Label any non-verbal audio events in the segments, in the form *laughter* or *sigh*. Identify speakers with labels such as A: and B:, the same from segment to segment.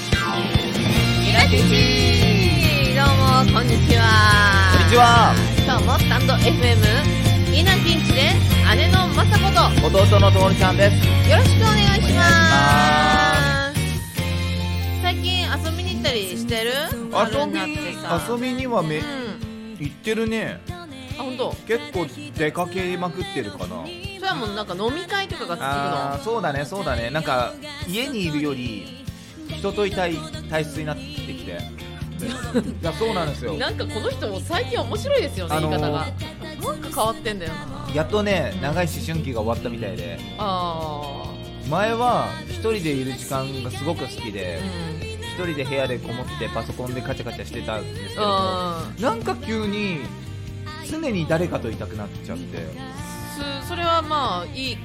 A: ゆらきちどうも、こんにちは。
B: こんにちは。
A: 今日もスタンド FM、イナピンチで、姉のまさこと、
B: 弟のともるちゃんです。
A: よろしくお願いし
B: お
A: ま
B: 願
A: す。最近遊びに行ったりしてる春になってさ
B: 遊びにはめ
A: うん。
B: 行ってるね。
A: あ、ほんと
B: 結構出かけまくってるかな。
A: それはもうなんか飲み会とかが
B: あ
A: 好
B: ーそうだねそうだねなんか家にいるより人といたい体質になって
A: *laughs*
B: きていやそうなんです
A: き
B: よ
A: なのなんかこの人も最近面白いですよね、
B: あのー
A: 言い方が。なんか変わってんだよな。
B: やっとね長い思春期が終わったみたいで
A: あ
B: 前は一人でいる時間がすごく好きで
A: ー。うん。
B: 一人で部屋でこもってパソコンでカチャカチャしてたんですけど
A: うん。
B: なんか急に常に誰かといたくなっちゃって
A: すそれはまあ、いい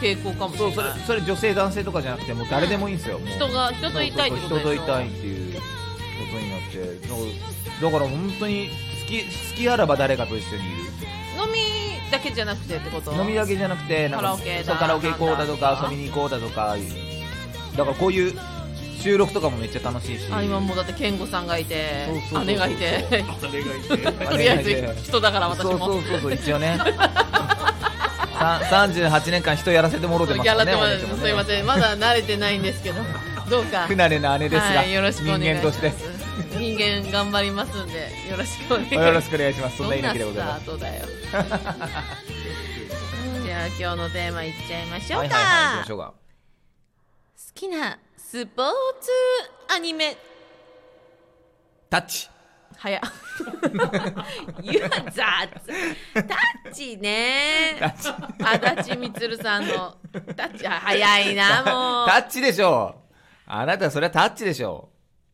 A: 傾向かもし
B: そう
A: れ
B: それ
A: ない。
B: それ女性男性とかじゃなくてもう誰でもいいんですよもう
A: 人が人といたいってことでしょ
B: そうそう人といたいっていうことになってそうだから本当に好き好きあらば誰かと一緒にい
A: 飲みだけじゃなくてってこと
B: る飲みだけじゃなくてなん
A: カラオ
B: か
A: ケだ
B: そうカラオケ行こうだと
A: なん
B: か
A: だ
B: 遊びに行こうだとかだからこういう収録とかもめっちゃ楽しいし
A: あ今もうだって健吾さんがいて
B: そうそうそうそう
A: 姉がいてと
B: あ
A: り
B: れ
A: あ
B: が
A: え
B: いて
A: ず人だから私
B: そうそ
A: も
B: うそうそう一応ねさ38年間人やらせてもろてます
A: や
B: からら
A: って
B: ね
A: もらっ
B: 私
A: て
B: も
A: ま
B: ね
A: すすいませんまだ慣れてないんですけどどうか
B: 不慣れな姉ですが、
A: はい、よろしくお願いしま
B: 人間
A: す
B: として
A: 人間頑張りますんでよろしくお願いします
B: よろしくお願いしますそんな猪木でございます
A: どんなス
B: *laughs*
A: タートだよじゃあ今日のテーマいっちゃいましょうか、
B: はいはいはい、行きましょうか
A: 好きなスポーツアニメ
B: タッチ
A: 早っ *laughs* 言う雑タッチね
B: タッチ
A: 足立みつるさんのタッチは早いなもう
B: タッチでしょうあなたそれはタッチでしょ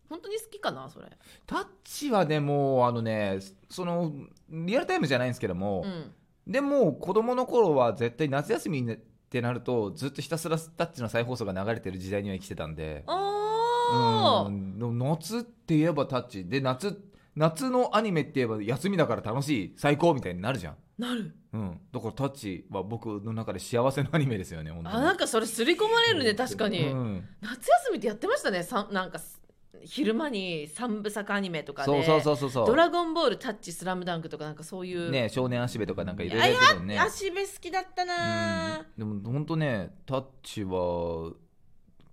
A: 本当に好きかなそれ
B: うタッチはねもうあのねそのリアルタイムじゃないんですけども
A: う、ん
B: でも子供の頃は絶対夏休みにってなるとずっとひたすらタッチの再放送が流れてる時代には生きてたんで
A: お
B: う
A: ー
B: んでも夏って言えばタッチで夏夏のアニメって言えば休みだから楽しい最高みたいになるじゃん
A: なる
B: うん、だから「タッチ」は僕の中で幸せのアニメですよね本当に
A: あなんかそれ刷り込まれるね確かに、
B: うん
A: 夏休みってやってましたねさんなんかす昼間に三部作アニメとかで
B: そうそうそうそうそう
A: ドラゴンボールタッチスラムダンクとかなんかそういう
B: ね少年足部とかなんかいろいろやってたもんね
A: 足部好きだったなー、
B: うん、でも本当ね「タッチ」は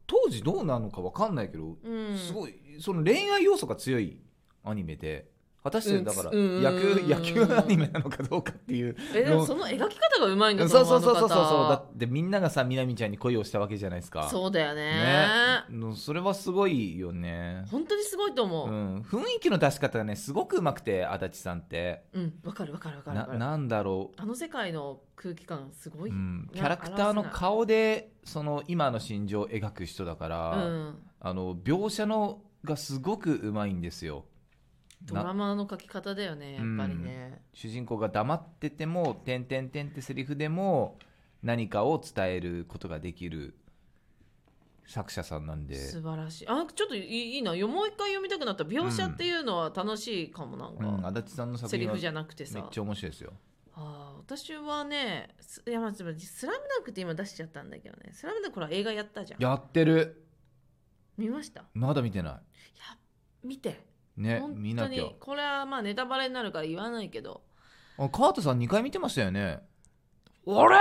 B: 当時どうなのかわかんないけど、
A: うん
B: すごいその恋愛要素が強いアニメで果たしてだから
A: うんうん
B: 野球野球アニメなのかどうかって
A: *laughs*
B: いう
A: えでもその描き方がうまいん
B: そ
A: だ
B: う
A: と
B: そう
A: 思
B: そううそうそうそう
A: あの方
B: だってみんながさみなみちゃんに恋をしたわけじゃないですか
A: そうだよね
B: ねそれはすごいよね
A: 本当にすごいと思
B: う
A: う。
B: ん、雰囲気の出し方がねすごくうまくて足立さんって
A: うん、わ、かるわかるわかるわ
B: な
A: かる。
B: なんだろ
A: あの世界の空気感すご
B: う、
A: い。
B: う
A: うん。
B: ん、キャラクターの顔でその今の心情を描く人だから、あの描写のがすごくうまいんですよ
A: ドラ
B: な
A: マの描き方だよね、やっぱりね。
B: 主人公が黙ってても「てんてんてん」ってセリフでも何かを伝えることができる作者さんなんで
A: 素晴らしい。あ、ちょっといいいいな。よもう一回読みたくなった。描写っていうのは楽しいかもなん
B: うん、
A: か。
B: 足立さんの作
A: セリ
B: 品は
A: フじ
B: め
A: ゃなくてさ。
B: っちゃ面白いですよ
A: あー私はね、すいやまあでもスラムダンクって今出しちゃったんだけどね。スラムダンクほら映画やったじゃん。
B: やってる
A: 見ました。
B: まだ見てな
A: 見て。
B: いね
A: 本
B: 見
A: 当
B: なきゃ
A: にこれはまあネタバレになるから言わないけど。
B: あカートさん2回見てましたよね
A: 俺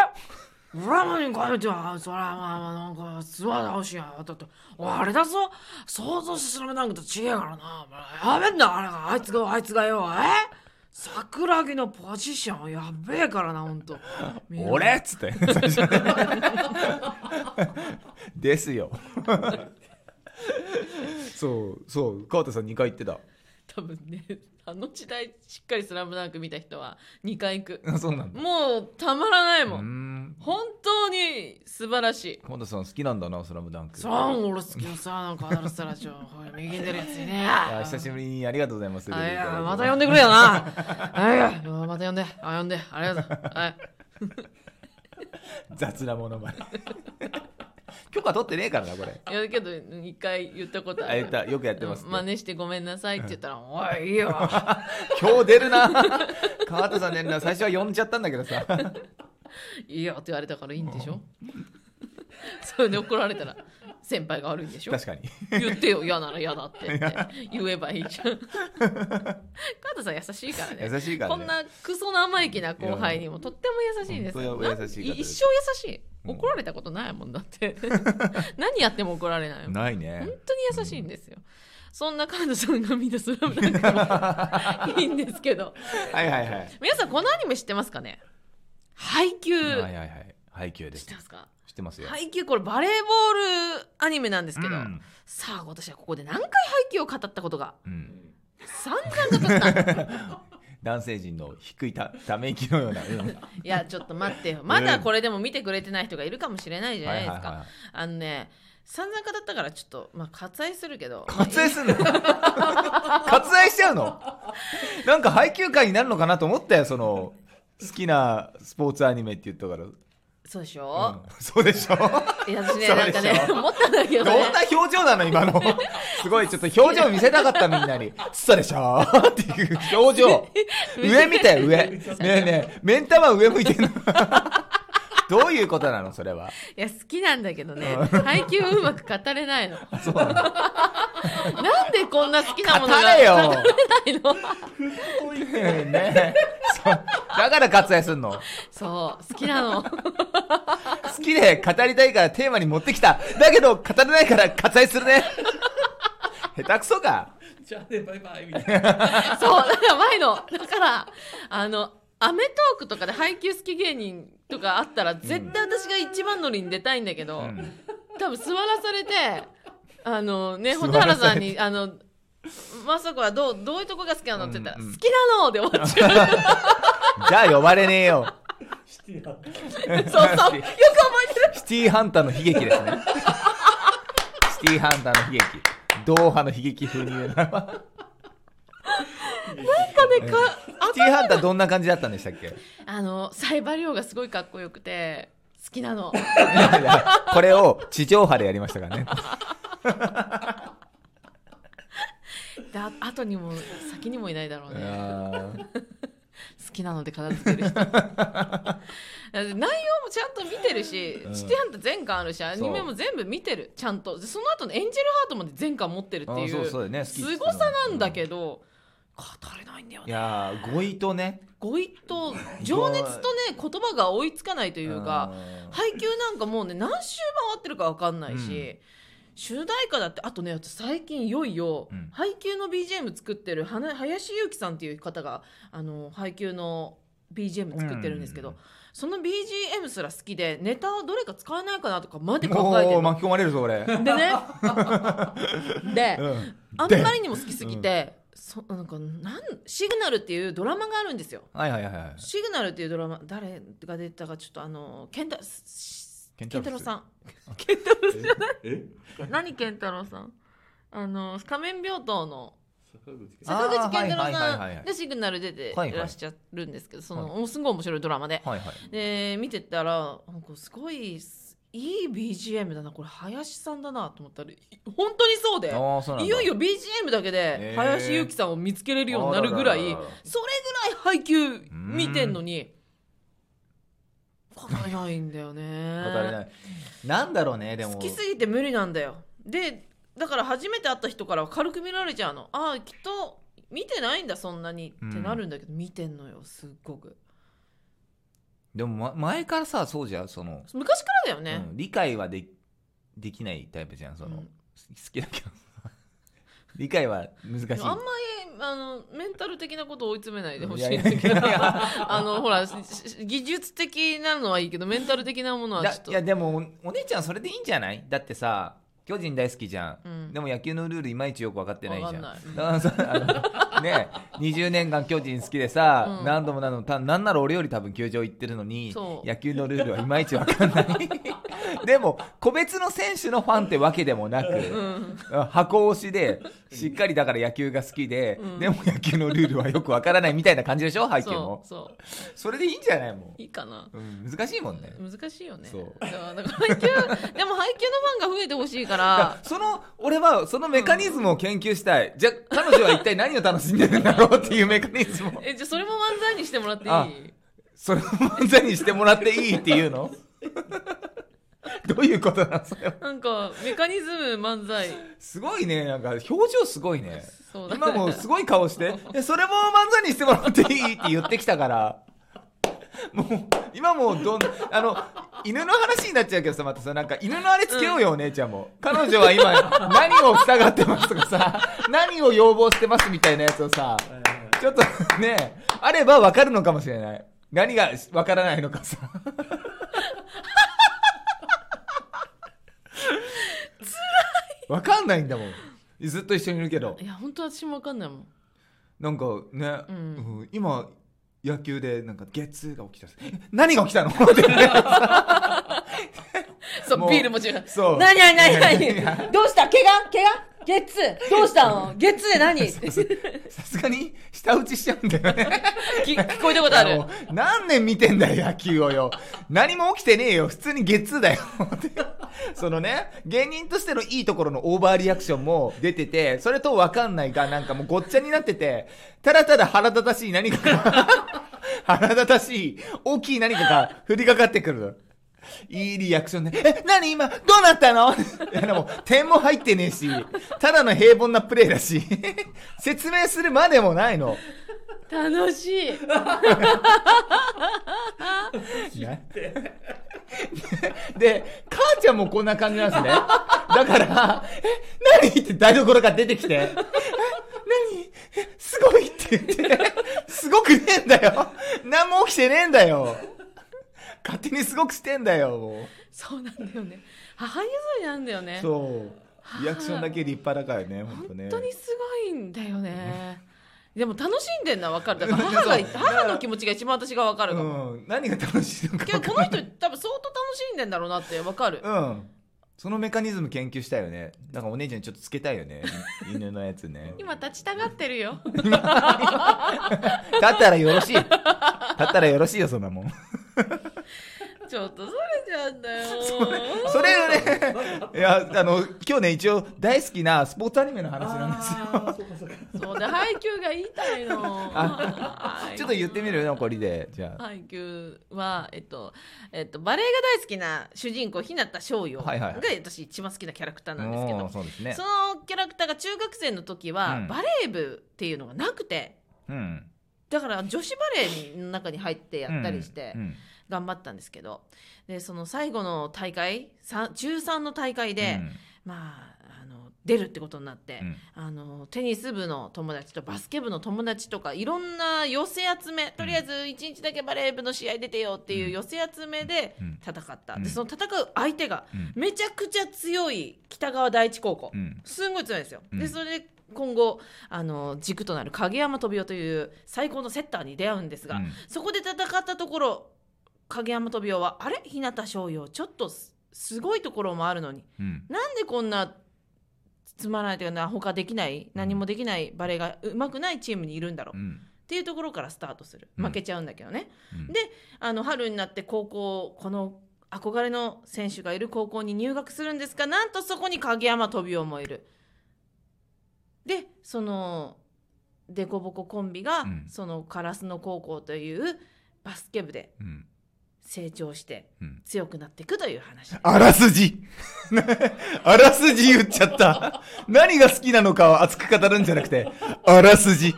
A: 裏もにこえてはそらまあまあなんか座直しやだってあれだぞ想像してスラムダンクと違えからなお前やべんだあれがあいつがあいつがよえ桜木のポジションやべえからなほんと
B: *laughs* 俺っつ *laughs* って最初ですよ *laughs* そうそう川田さん2回言ってた *laughs*
A: 多分ねあの時代しっかりスラムダンク見た人は2回行く
B: あそうなんだ
A: もうたまらないうもん、
B: ん
A: 本当に素晴らしい
B: 川田さん好きなんだな「スラムダンク
A: そら俺好きよさなんかアダルスタラジオほい右に出るやついね
B: あ久しぶりにありがとうございます
A: あいやまた
B: 呼
A: 呼んでくれよな。あいやまた呼んで。あ呼んで。ありがとう。はい。
B: 雑なものまで *laughs* 許可取ってねえからなこれ
A: いやけど一回言ったことあ
B: あ
A: る。
B: 言ったよくやってます、
A: うん真似してごめんなさいって言ったら、おいいいよ。
B: 今日出るな川田さん出るな最初は呼んじゃったんだけどさ
A: いやって言われたからいいんでしょそれで怒られたら先輩が悪いんでしょ
B: 確かに
A: 言ってよ嫌なら嫌だってって言えばいいじゃ
B: *laughs*
A: ん加藤さん優しいからね
B: 優しいから
A: こん
B: ね
A: なクソ生意気な後輩にもとっても優しいですよ
B: 本
A: な
B: 当に優しい方
A: ん
B: です
A: 一生優しい
B: うん
A: 怒られたことないもんだって
B: *laughs*
A: 何やっても怒られないもん
B: ない
A: 本
B: ね *laughs*
A: 当に優しいんですよ、そんなカードさんが見たスラムダンクもいいんですけど
B: はいはいはい
A: 皆さんこのアニメ知ってますかね配給
B: はいはいはい配給で
A: 知っ
B: す
A: てますか
B: 知ってますよ
A: 配給これバレーボールアニメなんですけど、
B: うん
A: さあ私はここで何回配給を語ったことが
B: うん
A: 散々語った
B: 男性陣の低いたため息のような、うん
A: いやちょっと待ってよまだこれでも見てくれてない人がいるかもしれないじゃ
B: は
A: ない
B: い
A: ですか、
B: はいは
A: あのね散々語ったからちょっとまあ割愛するけど
B: い割愛すんの *laughs* 割愛しちゃうのなんか配給会になるのかなと思ったよその好きなスポーツアニメって言ったから、う
A: そうでしょ
B: ん、そうでしょ
A: いや私ね
B: そう
A: なん
B: で
A: か
B: しょ
A: ね思ったんだけど
B: どん
A: ね
B: な表情なの今のすごいちょっと表情見せたかったみんなにそうでしょっていう表 *laughs* 情上見て上ねえねえ目ん玉上向いてんのどういうことなのそれ *laughs* はい
A: や好きなんだけどね配給うまく語れないのなんでこんな好きなものが
B: 語れよ
A: れないの
B: ねえそうだから割愛すんの
A: そう好きなの
B: 好きで語りたいからテーマに持ってきただけど語れないから割愛するね下手くそか
C: じゃあねバイバイみたいな
A: *laughs* そうだから前のだからあのアメトークとかで配給好き芸人とかあったら絶対私が一番乗りに出たいんだけど、
B: うん
A: 多分座らされてあのね
B: 座
A: 蛍
B: ら
A: 原
B: されて
A: さんに「あのまさこはどうどういうとこが好きなの?」って言ったら「
B: うんうん
A: 好きなの!」で終わっちゃう
B: じゃあ呼ばれねえよ
C: してや
B: *laughs*
C: っ
A: そうそうよく覚えてる
B: シティーハンターの悲劇ですねシティーハンターの悲劇ドーハの悲劇風に言うならば
A: なんかねか
B: シティーハンターどんな感じだったんでしたっけい
A: あのサイバリオがすごいかっこよくて好きなの
B: やいやこれを地上波でやりましたからね
A: であ後にも先にもいないだろうね
B: あ
A: 好きなので片付け
B: *laughs*
A: る人だって内容もちゃんと見てるし、
B: うん
A: シティハンター全巻あるしアニメも全部見てるちゃんとでその後のエンジェルハートまで全巻持ってるってい
B: あ
A: う
B: そうそうだよね好き
A: すごさなんだけど、語れないんだよ
B: い
A: ね
B: やー語彙とね
A: 語彙と情熱とね言葉が追いつかないというか、
B: うん
A: 配給なんかもうね何周回ってるか分かんないし、主題歌だってあとね私最近いよいよ、
B: うん
A: 配給の BGM 作ってるはな林裕樹さんっていう方があの配給の BGM 作ってるんですけど、
B: うん
A: その BGM すら好きでネタをどれか使えないかなとかまで考えて
B: も
A: る
B: う
A: の
B: 巻き込まれるぞ俺、
A: で
B: *laughs*
A: ねで、
B: うん
A: あんまりにも好きすぎて、そなんかなんシグナルっていうドラマがあるんですよ。
B: はいはいはいはい
A: シグナルっていうドラマ誰が出てたかちょっとあの健太す
B: 健
A: 健
B: 太郎
A: 太
B: です
A: 郎さん
C: え
A: 何健太郎さんあの仮面病棟の
C: 坂口
A: 坂口
B: あ
C: 健
A: 健太
B: は
A: 郎
B: いはいはい
A: さ
B: はい
A: んでシグナル出て
B: はいはい
A: いらっしゃるんですけどその、
B: は
A: すごい面白いドラマで、
B: はいはい
A: で見てたらなんかすごいすいい BGM だなこれ林さんだなと思ったらい本当にそうで
B: ああそうなんだ
A: いよいよ BGM だけで
B: ー
A: 林裕樹さんを見つけれるようになるぐらい
B: あらららら
A: それぐらい配給見てんのに語れないんだよ
B: 語れ
A: ね
B: ないなんだろうねでも
A: 好きすぎて無理なんだよでだから初めて会った人からは軽く見られちゃうのああきっと見てないんだそんなにってなるんだけど見てんのよすっごく
B: でも、ま、前からさそうじゃんその、
A: 昔からだよね、
B: うん理解はでできないタイプじゃんそ
A: う
B: の、
A: ん
B: 好きだけど *laughs* 理解は難しい
A: でもあんまりあのメンタル的なことを追い詰めないでほしいんだ
B: い
A: け
B: やい
A: ど
B: やい
A: *laughs* あのほらしし技術的なのはいいけどメンタル的なものは
B: だ
A: ちょっと
B: いやでもおお姉ちゃんそれでいいんじゃないだってさ巨人大好きじゃん、
A: うん
B: でも野球のルールいまいちよく分かってないじゃん
A: わかん
B: だからさあのね20年間巨人好きでさ、
A: うん
B: 何度も何度もたなんなら俺より多分球場行ってるのに
A: そう
B: 野球のルールはいまいち分かんないでも個別の選手のファンってわけでもなく、
A: うん
B: 箱推しでしっかりだから野球が好きで、
A: うん
B: でも野球のルールはよくわからないみたいな感じでしょ背景も
A: そうそう
B: それでいいんじゃないも
A: いいかな
B: う、うん、難しいもんね
A: 難しいよね
B: そう
A: だからだ *laughs* から配給でも配給のファンが増えてほしいか
B: だから
A: ら
B: その俺はそのメカニズムを研究したい、じゃあ彼女は一体何を楽しんでるんだろうっていうメカニズムを
A: えじゃあそれも漫才にしてもらってい
B: あ
A: い
B: それを漫才にしてもらっていいっていうの *laughs* どういうことなんそれは
A: なんかメカニズム漫才
B: すごいねなんか表情すごいね
A: そうだね
B: 今もすごい顔 *laughs* して「えそれも漫才にしてもらっていい?」って言ってきたからもう今もうどんあの犬の話になっちゃうけどさまたさなんか犬のあれつけようよ、お姉ちゃんも彼女は今何を塞がってますとかさ何を要望してますみたいなやつをさ
C: はいはい
B: ちょっとねあれば分かるのかもしれない何が分からないのかさ分かんないんだもんずっと一緒にいるけど
A: いや本当私もわかんないもん
B: なんかね、
A: うん
B: うん今野球でなんか月が起きたえ何が起きたのってね
A: そう
B: もう
A: ビールも違う
B: そう
D: 何何何
B: いや
D: 何どうした怪我怪我ゲッツーどうしたのゲッツーで *laughs* 何
B: さすさすがに舌打ちしちゃうんだよね
A: き聞こえたことあ
B: いや
A: る
B: もう何年見てんだよ野球をよ何も起きてねえよ普通にゲッツーだよ *laughs* ってそのね芸人としてのいいところのオーバーリアクションも出ててそれと分かんないがなんかもうごっちゃになっててただただ腹立たしい何かが *laughs* 腹立たしい大きい何かが降りかかってくるいいリアクションで、え、何今、どうなったのいやでも、点も入ってねえし、ただの平凡なプレーだし、 *laughs* 説明するまでもないの。
A: 楽しい
B: ね、で母ちゃんもこんな感じなんですねだから「え何?」って台所から出てきてえ「何えすごい」って言って「すごくねえんだよ何も起きてねえんだよ勝手にすごくしてんだよも
A: そうなんだよね母譲りなんだよ
B: う
A: ね
B: そうリアクションだけ立派だからね本当ね
A: 本当にすごいんだよねでも楽しんでんな分かるだから母が
B: そう
A: 母の気持ちが一番私が分かるかも、
B: うん何が楽しいのか
A: けど
B: 分
A: こ
B: か
A: の
B: んない
A: 人多分相当楽しんでんだろうなって分かる
B: うんそのメカニズム研究したいよねなんかお姉ちゃんにちょっとつけたいよねい犬のやつね
A: 今立ちたがってるよ
B: *laughs* だったらよろしい。だったらよろしいよ、そんなもん。
A: ちょっとそれじゃんだよ
B: それよね、いや、あの、今日ね、一応、大好きなスポーツアニメの話なんですよ。
C: あー *laughs* そうかそうか
A: そうで配給が言いたいのはい
B: ちょっと言ってみるよ、残りで。じゃあ。
A: 配給は、えっとえっと、バレエが大好きな主人公日向翔陽が、
B: はいはいはい
A: 私一番好きなキャラクターなんですけ
B: お
A: ど
B: ーそうですね
A: そ。のキャラクターが中学生の時は、
B: うん
A: バレー部っていうのがなくて
B: うん。
A: だから女子バレーの中に入ってやったりして
B: うんうん
A: 頑張ったんですけど、でその最後の大会さ中3の大会で、まああの出るってことになって、
B: うん
A: あのテニス部の友達とバスケ部の友達とかいろんな寄せ集めとりあえず1日だけバレー部の試合出てよっていう寄せ集めで
B: うん
A: 戦った、
B: うん
A: でその戦う相手が
B: うん
A: めちゃくちゃ強い北川第一高校、
B: うん。
A: すんごい強いんですよ。
B: う
A: で
B: ん
A: それで今後あの軸となる影山飛雄という最高のセッターに出会うんですが、
B: うん
A: そこで戦ったところ影山飛雄はあれ日向翔陽ちょっとすすごいところもあるのに
B: うん。
A: なんでこんなつまらないというかな他できない何もできないバレーがうまくないチームにいるんだろう、
B: う
A: っ
B: ん
A: ていうところからスタートする
B: うん
A: 負けちゃうんだけどね、
B: うん
A: であの春になって高校この憧れの選手がいる高校に入学するんですがなんとそこに影山飛雄もいるでそのデコボココンビが、
B: うん
A: その烏野高校というバスケ部で
B: うん。
A: 成長して
B: うん
A: 強くなっていくという話です
B: あらすじ *laughs* あらすじ言っちゃった。何が好きなのかを熱く語るんじゃなくて、あらすじ。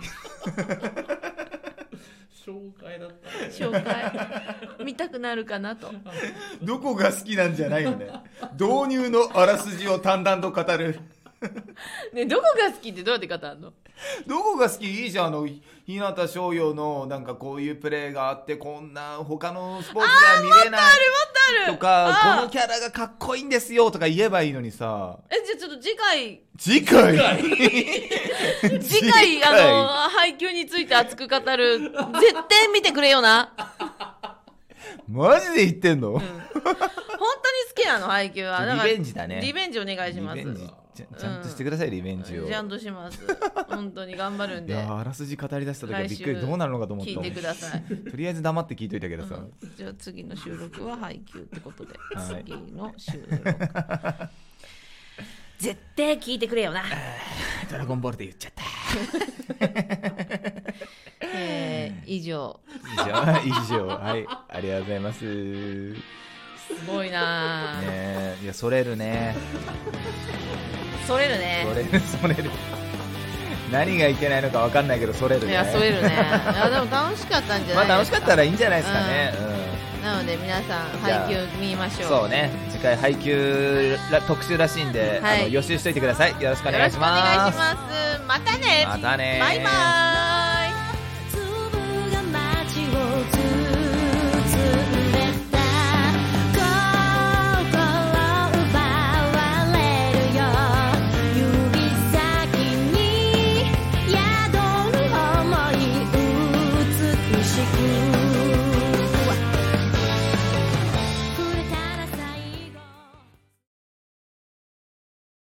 C: 紹介だったね
A: 紹
B: *laughs*
A: 介見たくなるかなと
B: どこが好きなんじゃないよね。導入のあらすじを淡々と語る。
A: ねどこが好きってどうやって語るの
B: どこが好きいいじゃんあの日向翔陽のなんかこういうプレーがあってこんな他のスポーツでは見れない
A: ある
B: とかこ
A: あ
B: のキャラがかっこいいんですよとか言えばいいのにさ
A: えじゃあちょっと次
B: *laughs*
A: 回
B: 次回
A: 次回あの配給について熱く語る
B: *laughs*
A: 絶対見てくれよな、
B: マジで言ってんの、
A: うん、本当に好きなの配給はから
B: リベンジだね
A: リベンジお願いします
B: リベンジちゃんちゃんとしてください、リベンジを
A: ちゃんとします本当に頑張るん
B: い
A: で
B: やーあらすじ語り出した時はびっく
A: 来
B: り
A: 週
B: どうなるのかと思った
A: 聞いてください、
B: とりあえず黙って聞いといたけ
A: う
B: どさ、
A: ん、じゃあ次の収録は配給ってことで、
B: はい
A: 次の収録絶対聞いてくれよな
B: ドラゴンボールで言っちゃった
A: えー以
B: *laughs*
A: 上
B: 以上、以上。はい。ありがとうございます。ね
A: すごいなあ、
B: えいや、それるね。
A: それる
B: そ
A: ね
B: れる、それる。何がいけないのかわかんないけど、それる
A: い
B: ね。
A: やそれるねいやでも楽しかったんじゃ
B: ま
A: な
B: あ、
A: い
B: 楽しかったらいいんじゃないですかね。
A: なので皆さん
B: じゃあ
A: 配給見まし
B: う
A: ょ
B: ん。
A: う
B: そうね。次回、配給ら特集らしいんで、
A: はい
B: あの予習しといてください。よろしくお
A: よ
B: 願
A: ろ
B: い
A: し
B: し
A: くお願い
B: ま
A: し
B: す。
A: ますまたね
B: またね
A: バイバーイ